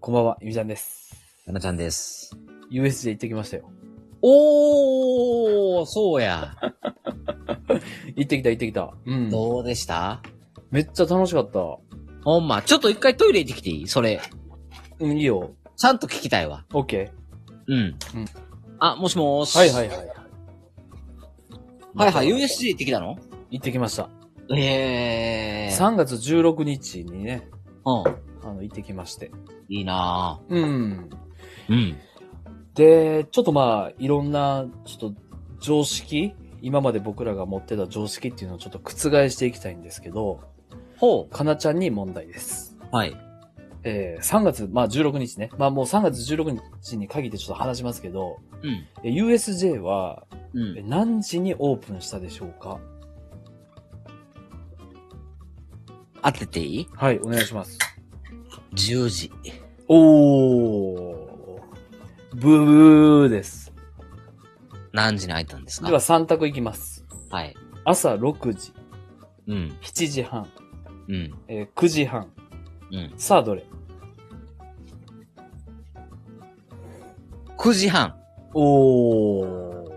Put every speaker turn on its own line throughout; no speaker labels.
こんばんは、ゆみちゃんです。
かなちゃんです。
USJ 行ってきましたよ。
おー、そうや。
行ってきた、行ってきた。うん。
どうでした
めっちゃ楽しかった。
ほんま、ちょっと一回トイレ行ってきていいそれ。
うん、いいよ。
ちゃんと聞きたいわ。
OK。
うん。
うん
あ、もしもーし。
はいはい
い。
はい。
はいはい、USJ 行ってきたの
行ってきました。
ええー。
3月16日にね、
うん。
あの、行ってきまして。
いいな
うん。
ぁ。うん。
で、ちょっとまあ、いろんな、ちょっと、常識今まで僕らが持ってた常識っていうのをちょっと覆していきたいんですけど、
ほ
かなちゃんに問題です。
う。はい。
えー、3月、まあ16日ね。まあもう3月16日に限ってちょっと話しますけど、
うん。
え USJ は
う
え
ん。
何時にオープンしたでしょうか
当てていい
はい、お願いします。
?10 時。
おー。ブーブーです。
何時に開いたんですか
では3択いきます。
はい。
朝6時、
うん。
7時半、
うん。
えー9時半。
うん。
さあ、どれ
9時半。
おー。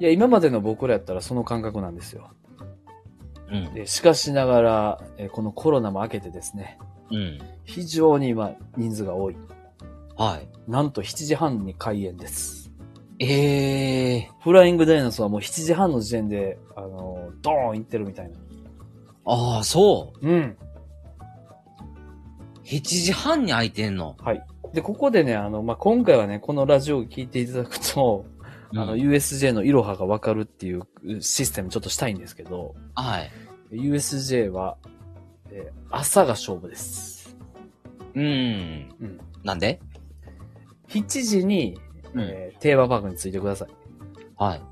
いや、今までの僕らやったらその感覚なんですよ。
うん。
でしかしながら、えーこのコロナも明けてですね、
うん。
非常に今、人数が多い。
はい。
なんと7時半に開園です。
ええー。
フライングダイナソーはもう7時半の時点で、あのードーン行ってるみたいな。
ああ、そう。
うん。
7時半に開いてんの。
で、ここでね、あの、まあ、今回はね、このラジオを聞いていただくと、あの、
うん
USJ のイロハがわかるっていうシステムちょっとしたいんですけど、
はい。
USJ は、えー朝が勝負です。
うん。
うん。
なんで
7時に、
うん
えーテーマパークに着いてください。
はい。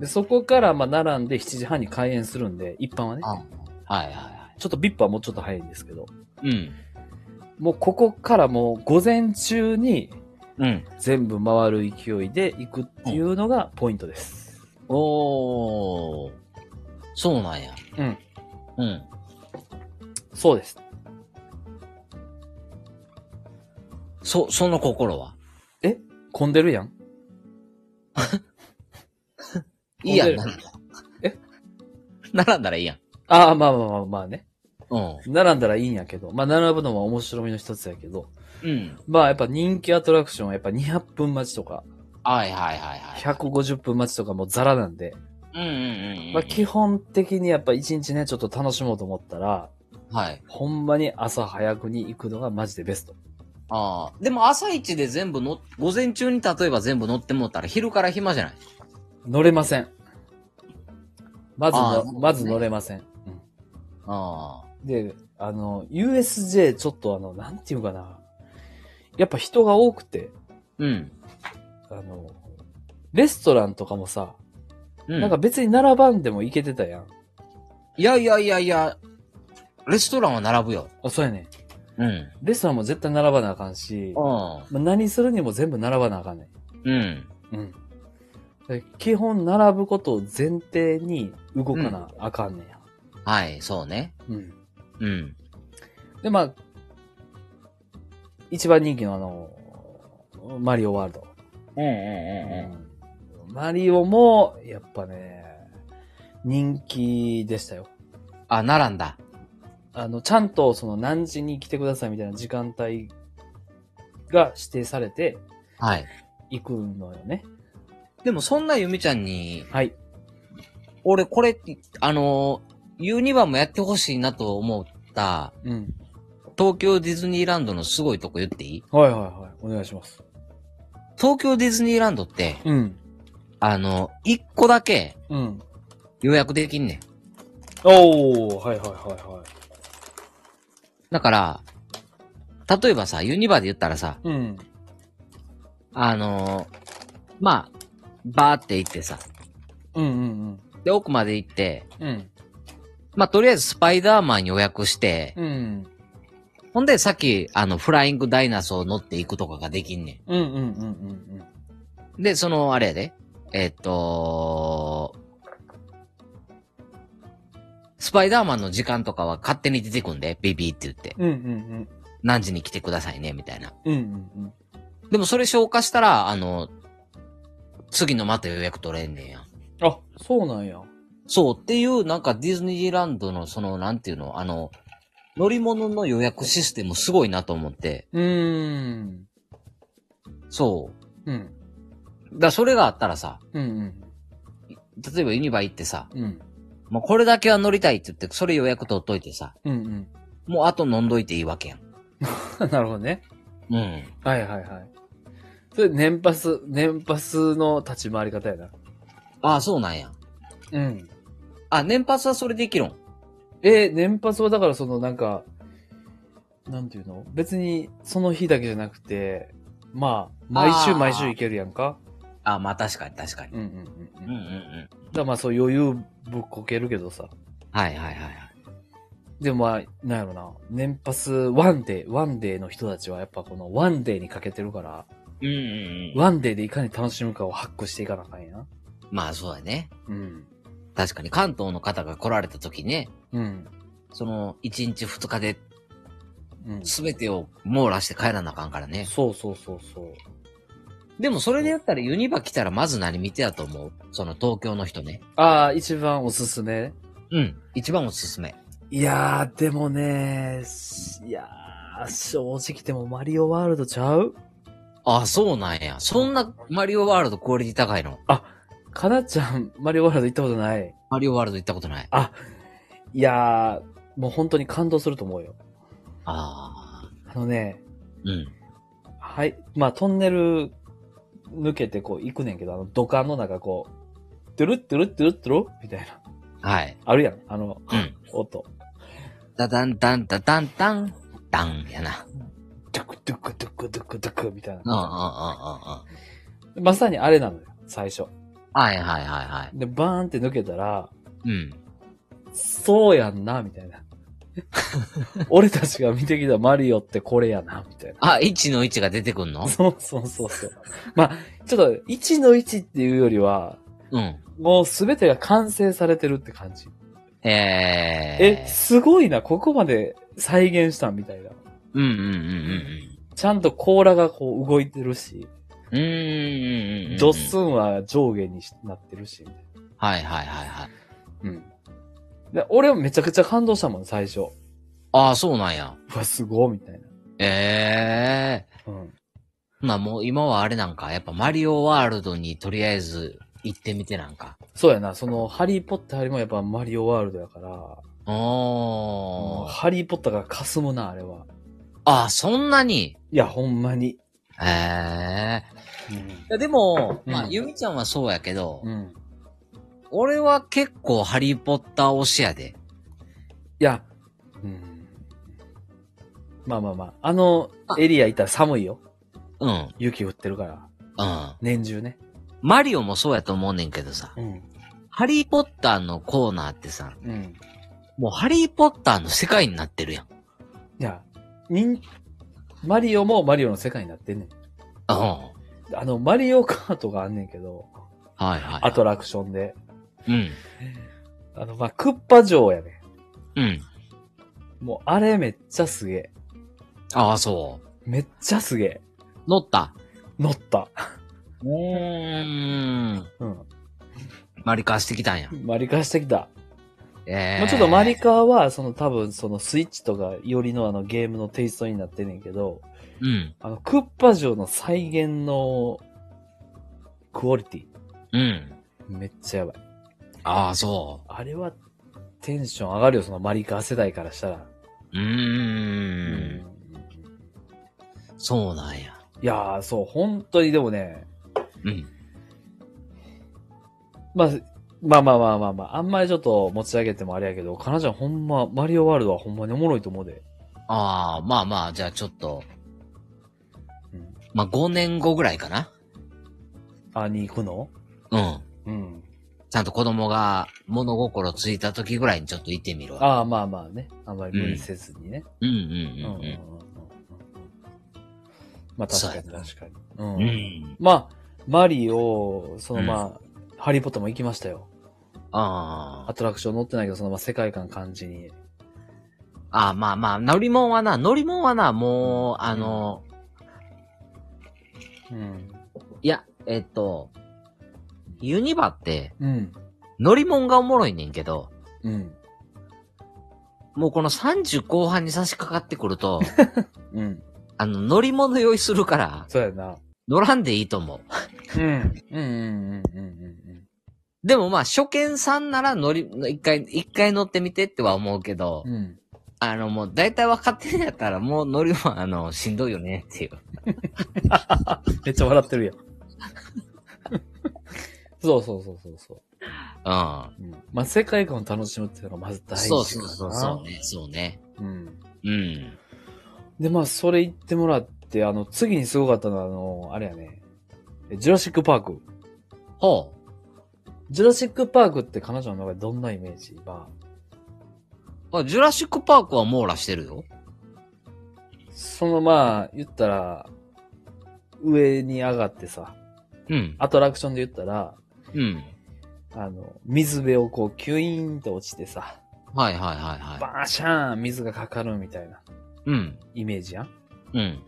で、そこから、まあ、並んで7時半に開園するんで、一般はね、
あはいはいは
ちょっと VIP はもうちょっと早いんですけど、
い。うん。
もうここからもう午前中に
うん。
全部回る勢いで行くっていうのがポイントです。
おー。そうなんや。
うん。
うん。
そうです。
そ、その心は
混んでるやん。
いいやん、
混んでる
並んだ
え
並んだらいいやん。
ああ、まあまあまあまあね。
うん。
並んだらいいんやけど。まあ並ぶのは面白みの一つやけど。
うん。
まあやっぱ人気アトラクションはやっぱ200分待ちとか、
はいはいはいはい。
150分待ちとかもうザラなんで。
うんうんうんうん。
まあ基本的にやっぱ1日ね、ちょっと楽しもうと思ったら、
はい。
ほんまに朝早くに行くのがマジでベスト。
ああ。でも朝一で全部の、午前中に例えば全部乗ってもったら昼から暇じゃない
乗れません。まず
あーなる
の、
ほどね
まず乗れません。うん
あ
で、あの、USJ ちょっとあの、なんていうかな。やっぱ人が多くて、
あ。うん。
あの、レストランとかもさ、
うん。
なんか別に並ばんでも行けてたやん。
いやいやいやいや、レストランは並ぶよ。
あ、そうやね。
うん。
レストランも絶対並ばなあかんし、
う
まあ、何するにも全部並ばなあかんね
ん。うん。
ん。うん。で基本並ぶことを前提に動かなあかんねんや。
はい、そうね。
うん。
うん。
で、まあ、一番人気のあの、マリオワールド。
うんうん
マリオも、やっぱね、人気でしたよ。
ん。あ、並んだ。
あの、ちゃんとその何時に来てくださいみたいな時間帯が指定されて
はい。
行くのよね。
でもそんなゆみちゃんに、
はい。
俺これ、あのー、ユニバもやってほしいなと思った、
うん。
東京ディズニーランドのすごいとこ言っていい
はいはいはい。お願いします。
東京ディズニーランドって、
うん。
あの、一個だけ
うん。
予約できんねん。
おー、はいはいはいはい。
だから、例えばさ、ユニバで言ったらさ、
うん。
あのー、まあ、バーって行ってさ、
うんうん
で、奥まで行って、
うん。うん。
まあ、とりあえずスパイダーマン予約して、
うん。
ほんで、さっき、あの、フライングダイナソー乗っていくとかができんね
うんうんうんうん
ん。で、その、あれやで、えっと、スパイダーマンの時間とかは勝手に出てくんで、ビビって言って。
うん。うんうん
何時に来てくださいね、みたいな。
うんうん
でもそれ消化したら、あの、次のまた予約取れんねんや。
うん。あ、そうなんや。
そうっていう、なんかディズニーランドのその、なんていうの、あの、乗り物の予約システムすごいなと思って。
うーん。
そ
うん。
う。だからそれがあったらさ、
うんうん。
例えばユニバ行ってさ、
うん。
もうこれだけは乗りたいって言って、それ予約取っといてさ、
うん
もうあと飲んどいていいわけやん。
うん。 なるほどね。
うん。
はいはいはい。それ、年パス、年パスの立ち回り方やな。
ああ、そうなんや。
うん。
あ、年パスはそれできるん。
えー、年パスはだからそのなんか、なんていうの別にその日だけじゃなくて、まあ、毎週毎週行けるやんか
あ、まあ確かに確かに
う。んうん
う
うん
んう
うんん。だか
うん。
らまあそう余裕ぶっこけるけどさ。
はいはいはいはい。
でもまあ、なんやろな。年パスワンデー、ワンデーの人たちはやっぱこのワンデーにかけてるから、
うんうんうん。
ワンデーでいかに楽しむかを発掘していかなあかんやな。
まあそうだね。
うん。
確かに関東の方が来られた時ね、
うん。
その1日2日で
うん。
全てを網羅して帰らなあかんからね。
そうそうそうそう。
でもそれでやったらユニバ来たらまず何見てやと思うその東京の人ね。
ああ、一番おすすめ。
うん。一番おすすめ。
いやー、でもねいやー、正直でもマリオワールドちゃう
ああ、そうなんや。そんなマリオワールドクオリティ高いの
かなちゃん、マリオワールド行ったことない
マリオワールド行ったことない。
いやー、もう本当に感動すると思うよ。
ああ。
あのね、
うん。
はい、まあトンネル抜けてこう行くねんけど、あの土管の中こう、ドゥルッドゥルッドゥルッドゥルみたいな。
はい。
あるやん、あの、
うん。
音。
ダダンダンダダンダン、ダンやな。
ドゥクドゥクドゥクドゥクドゥクみたい
うんうんうん
な。
うんうん。
まさにあれなのよ、最初。
はいはいはいは
で、バーンって抜けたら、
い。うん。
そうやんな、みたいな。 俺たちが見てきたマリオってこれやな、みたい
あ、1の1が出てくんの
な。そうそうそうそう。まあ、ちょっと、1の1っていうよりは、
うん。
もうすべてが完成されてるって感じ。
え
え、
え。
すごいな、ここまで再現したみたいな。
うんうんうん
ちゃんと甲羅がこう動いてるし、
うんうん。うーんうんうんうん。
ドスンは上下になってるし、みたい
はいはいはいはい。
なうん。で俺はめちゃくちゃ感動したもん、最初。
ああ、そうなんや。
うわ、すごい、みたいな。
ええ
うん。
まあもう今はあれなんか、やっぱマリオワールドにとりあえず行ってみてなんか。
そうやな、その、ハリーポッターよりもやっぱマリオワールドやから、も
お
う
ー。
ハリーポッターが霞むな、あれは。
ああ、そんなに
いや、ほんまに。
ええいやでも、
うん
まあ、ゆみちゃんはそうやけど、
うん。い
俺は結構ハリーポッター推しやで。
や、うん。まあまあまあ、あのエリア行ったら寒いよ。
うん、
雪降ってるから。
うん。
年中ね。
マリオもそうやと思うねんけどさ、
うん。
ハリーポッターのコーナーってさ、
うん。
もうハリーポッターの世界になってるやん。
いや、みん、マリオもマリオの世界になってんねん。
うん。は
あの、マリオカートがあんねんけど、
いはいはい。
アトラクションで。
うん。
あの、まあ、クッパ城やね
うん。
ん。もう、あれめっちゃすげえ。
ああ、そ
めっちゃすげえ。
う。乗った。
乗った。
うーん。
うん。
マリカーしてきたんや。
マリカーしてきた。
ええ
まあ、ちょっとマリカーは、その多分そのスイッチとかよりのあのゲームのテイストになってんねんけど、
うん。
あのクッパ城の再現のクオリティ、
うん。
めっちゃやばい。
ああ、そ
あれはテンション上がるよ、そのマリカー世代からしたら。
う。う
う
ーん。そうなんや。
いやー、そう、本当にでもね、
うん。
まあ、まあまあまあまあまあ、あんまりちょっと持ち上げてもあれやけど、かなちゃんほんま、マリオワールドはほんまにおもろいと思うで。
ああ、まあまあ、じゃあちょっと、
うん、
まあ5年後ぐらいかな。
あ、に行くの
うん。
うん。
ちゃんと子供が物心ついた時ぐらいにちょっと行ってみるわ。
ああ、まあまあね。あんまり無理せずにね。
うんうん
うんうんうんうんうんまあ確かに
そうやな
確かに。うん。
うん。うん。
まあ、マリオ、その
うん
まあ、ハリーポッターも行きましたよ。
あ
アトラクション乗ってないけど、そのまあ世界観感じに。
あ。あ、まあまあ、乗り物はな、乗り物はな、もう、あの、
うん。
いや、えっと、ユニバって、
うん。
乗り物がおもろいねんけど、
うん。
もうこの30後半に差し掛かってくる と、
うん。
あの、乗り物用意するから、
そうやな。
乗らんでいいと思う。
うん。うんうんうんうんうん
でもまあ、初見さんなら乗り、一回、一回乗ってみてっては思うけど
うん。、うん。
あの、もう大体分かってるんやったら、もう乗りは、あの、しんどいよねっていう。
めっちゃ笑ってるやん。 そうそうそうそうそう。
うん。
うんまあ、世界観を楽しむっていうのがまず大事
そうそ
か
う
な
そうそうね。そうね。
うん。
うん。
で、まあ、それ言ってもらって、あの、次にすごかったのは、あの、あれやね。えジュラシックパーク。
ほう。
ジュラシックパークって彼女の中でどんなイメージまあ、
あ、ジュラシックパークは網羅してるよ。
そのまあ、言ったら、上に上がってさ、
うん。
アトラクションで言ったら、
うん。
あの、水辺をこう、キュイーンと落ちてさ、
はいはいはいは。
バーシャーン水がかかるみたいない
うん。
イメージやん。
うん。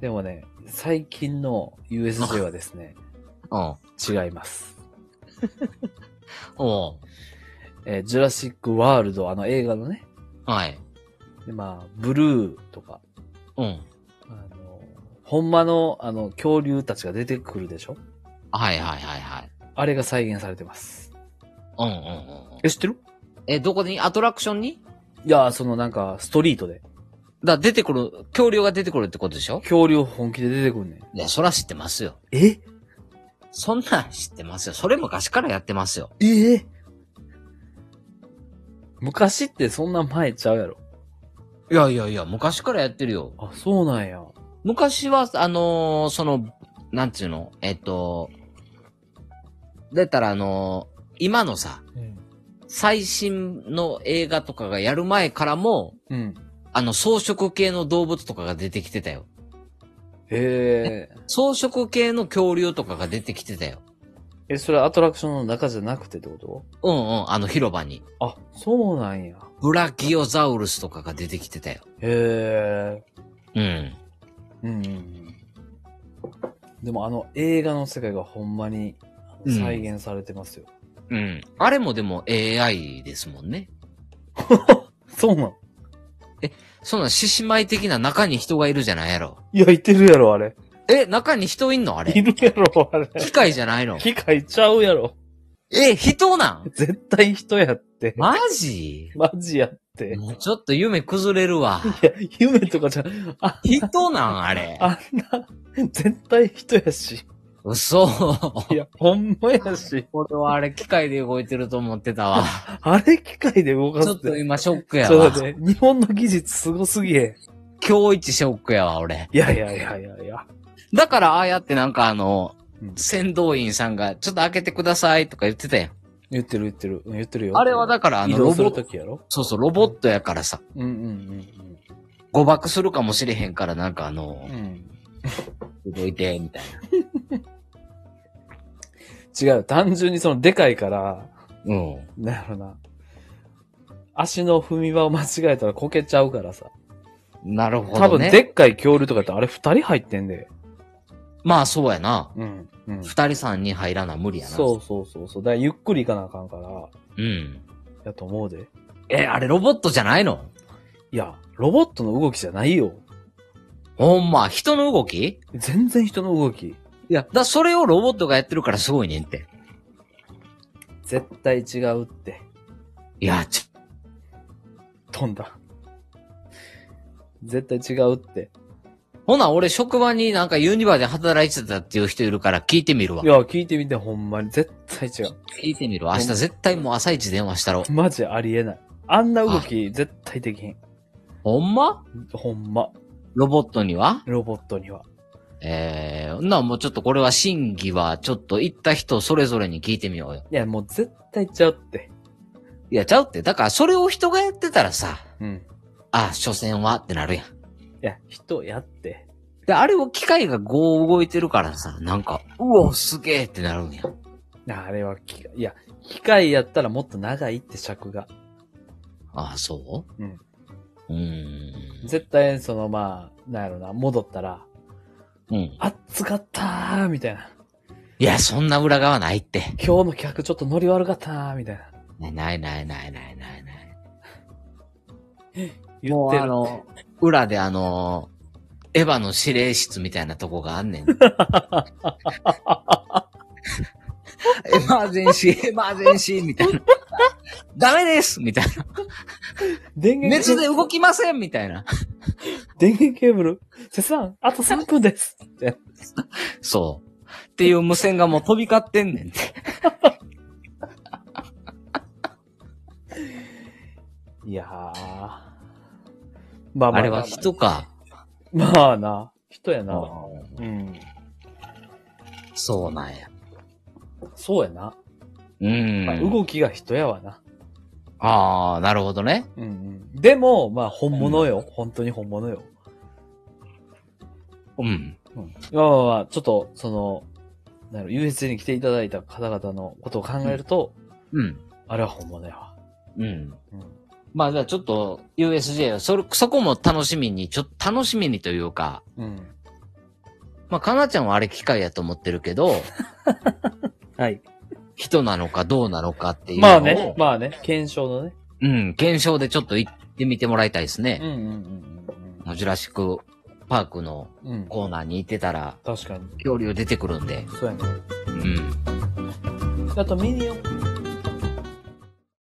でもね、最近の USJ はですね、
おう
違います。
おう
えージュラシックワールド、あの映画のね、
はい。
でまあ、ブルーとか、
うん。
あの、ほんまの、あの、恐竜たちが出てくるでしょ
はいはいはいはい。
あれが再現されてます。
うんうんうん。
え、知ってる
え、どこにアトラクションに
いやー、そのなんか、ストリートで。
だ、出てくる、恐竜が出てくるってことでしょ
恐竜本気で出てくんねん。
いや、そら知ってますよ。
え
そんなん知ってますよ。それ昔からやってますよ。
ええ昔ってそんな前ちゃうやろ。
いやいやいや、昔からやってるよ。
あ、そうなんや。
昔は、あのーその、なんていうのえっと、出たらあのー今のさ、
うん。
最新の映画とかがやる前からも、
うん。
あの、草食系の動物とかが出てきてたよ。
へえ。
草食系の恐竜とかが出てきてたよ。
え、それアトラクションの中じゃなくてってこと
うんうん、あの広場に。
あ、そうなんや。
ブラキオザウルスとかが出てきてたよ。
へえ。
うん。
うんうんうん。でもあの映画の世界がほんまに
うん
再現されてますよ。
うん。あれもでも AI ですもんね。
そうなん
そんな獅子舞的な中に人がいるじゃないやろ。
いや、いてるやろ、あれ。
え、中に人いんのあ
い
れ。
るやろ、あれ。
機械じゃないの
機械ちゃうやろ。
え、人なん
絶対人やって。
マジ
マジやって。
もうちょっと夢崩れるわ。
いや、夢とかじゃ、あ、
人なんあれ。
あんな、絶対人やし。
嘘。
いや、ほんまやし。
俺はあれ機械で動いてると思ってたわ。
あれ機械で動か
ち
す
ょ
っ。
ってと今ショックや
ちょ
わ
っと。待って、日本の技術すごすぎへ
今日一ショックやわ、俺。
ん。いやいやいやいやいや。
だからああやってなんかあの
うん、
先導員さんがちょっと開けてくださいとか言ってたよ。
言ってる言ってる。うん言ってるよ。
あれはだからあ
移
の、
動
ロ
す
ボ
る
ッ
と
ト、
きやろ
そうそう、ロボットやからさ、
うんうんうん
誤爆するかもしれへんからなんかあの
うん。う、ん
動いて、みたい
違う。単純にそのでかいから、
な。うん。
なんやろな。足の踏み場を間違えたらこけちゃうからさ。
なるほ
多
ど
分
ね。
でっかい恐竜とかってあれ二人入ってんで。
まあそうやな。
うん。うん。
二人さんに入らな無理やな。
そうそうそうそう。だからゆっくり行かなあかんから、
う。うん。
やと思うで。
え、あれロボットじゃないの
いや、ロボットの動きじゃないよ。
ほんま、人の動き
全然人の動き。
いや、だ、それをロボットがやってるからすごいねんって。
絶対違うって。
いや、ちょ
飛んだ。絶対違うって。
ほな、俺職場になんかユニバーで働いてたっていう人いるから聞いてみるわ
い。や、聞いてみてほんまに。絶対違う。
聞いてみるわ。明日絶対もう朝一電話したろ。
マジありえない。あんな動き絶対できへん。
ほんま
ほんま。
ロボットには
ロボットには。
えー、な、もうちょっとこれは審議はちょっと行った人それぞれに聞いてみようよ。
いや、もう絶対ちゃうって。
いや、ちゃうって。だからそれを人がやってたらさ、
うん。
あ、所詮はってなるやん。
いや、人やって。
で、あれを機械がこう動いてるからさ、なんか、うお、すげえってなるんや。
あれは機械、いや、機械やったらもっと長いって尺が。
ああ、そう
うん。
うーん。
絶対、その、まあ、なんやろな、戻ったら、
うん。
暑かったーみたいな。
いや、そんな裏側ないって。
今日の客ちょっとノリ悪かったーみたいな。
ないないないないないないない。
言
も
っ
う
て
あ
る。
の、裏であの、エヴァの指令室みたいなとこがあんねん。エマージェンシー、エマージェンシーみたいな。ダメですみたいな。
電源ケ
熱
ーブ
で
ル、
動きませんみたいな。
電源ケーブル、セさん、あと3分です。って
そう。っていう無線がもう飛び交ってんねんって。
いやー。まあまあ
あれは人か。
まあな。人や
う
な。
ん
うん。
そうなんや。
そうやな。
うん。
まあ、動きが人やわな。
ああ、なるほどね。
うんうん。でも、まあ本物よ。本当に本物よ。
うん。
まあまあまあ、ちょっと、その、なる USJ に来ていただいた方々のことを考えると、
うん。
あれは本物やわ。
うん。
うん。
まあじゃあちょっと USJ はそれ、そこも楽しみに、ちょっと楽しみにというか、
うん。
まあかなちゃんはあれ機械やと思ってるけど、
はい。
人なのかどうなのかっていうのを。
まあね、まあね、検証のね。
うん、検証でちょっと行ってみてもらいたいです
うん
ね。
うん
もうジュラシックパークの
うんうん。うん。
コーナーに行ってたら、
確かに。
恐竜出てくるんで。
そうやね。
うん。
あとミニオン。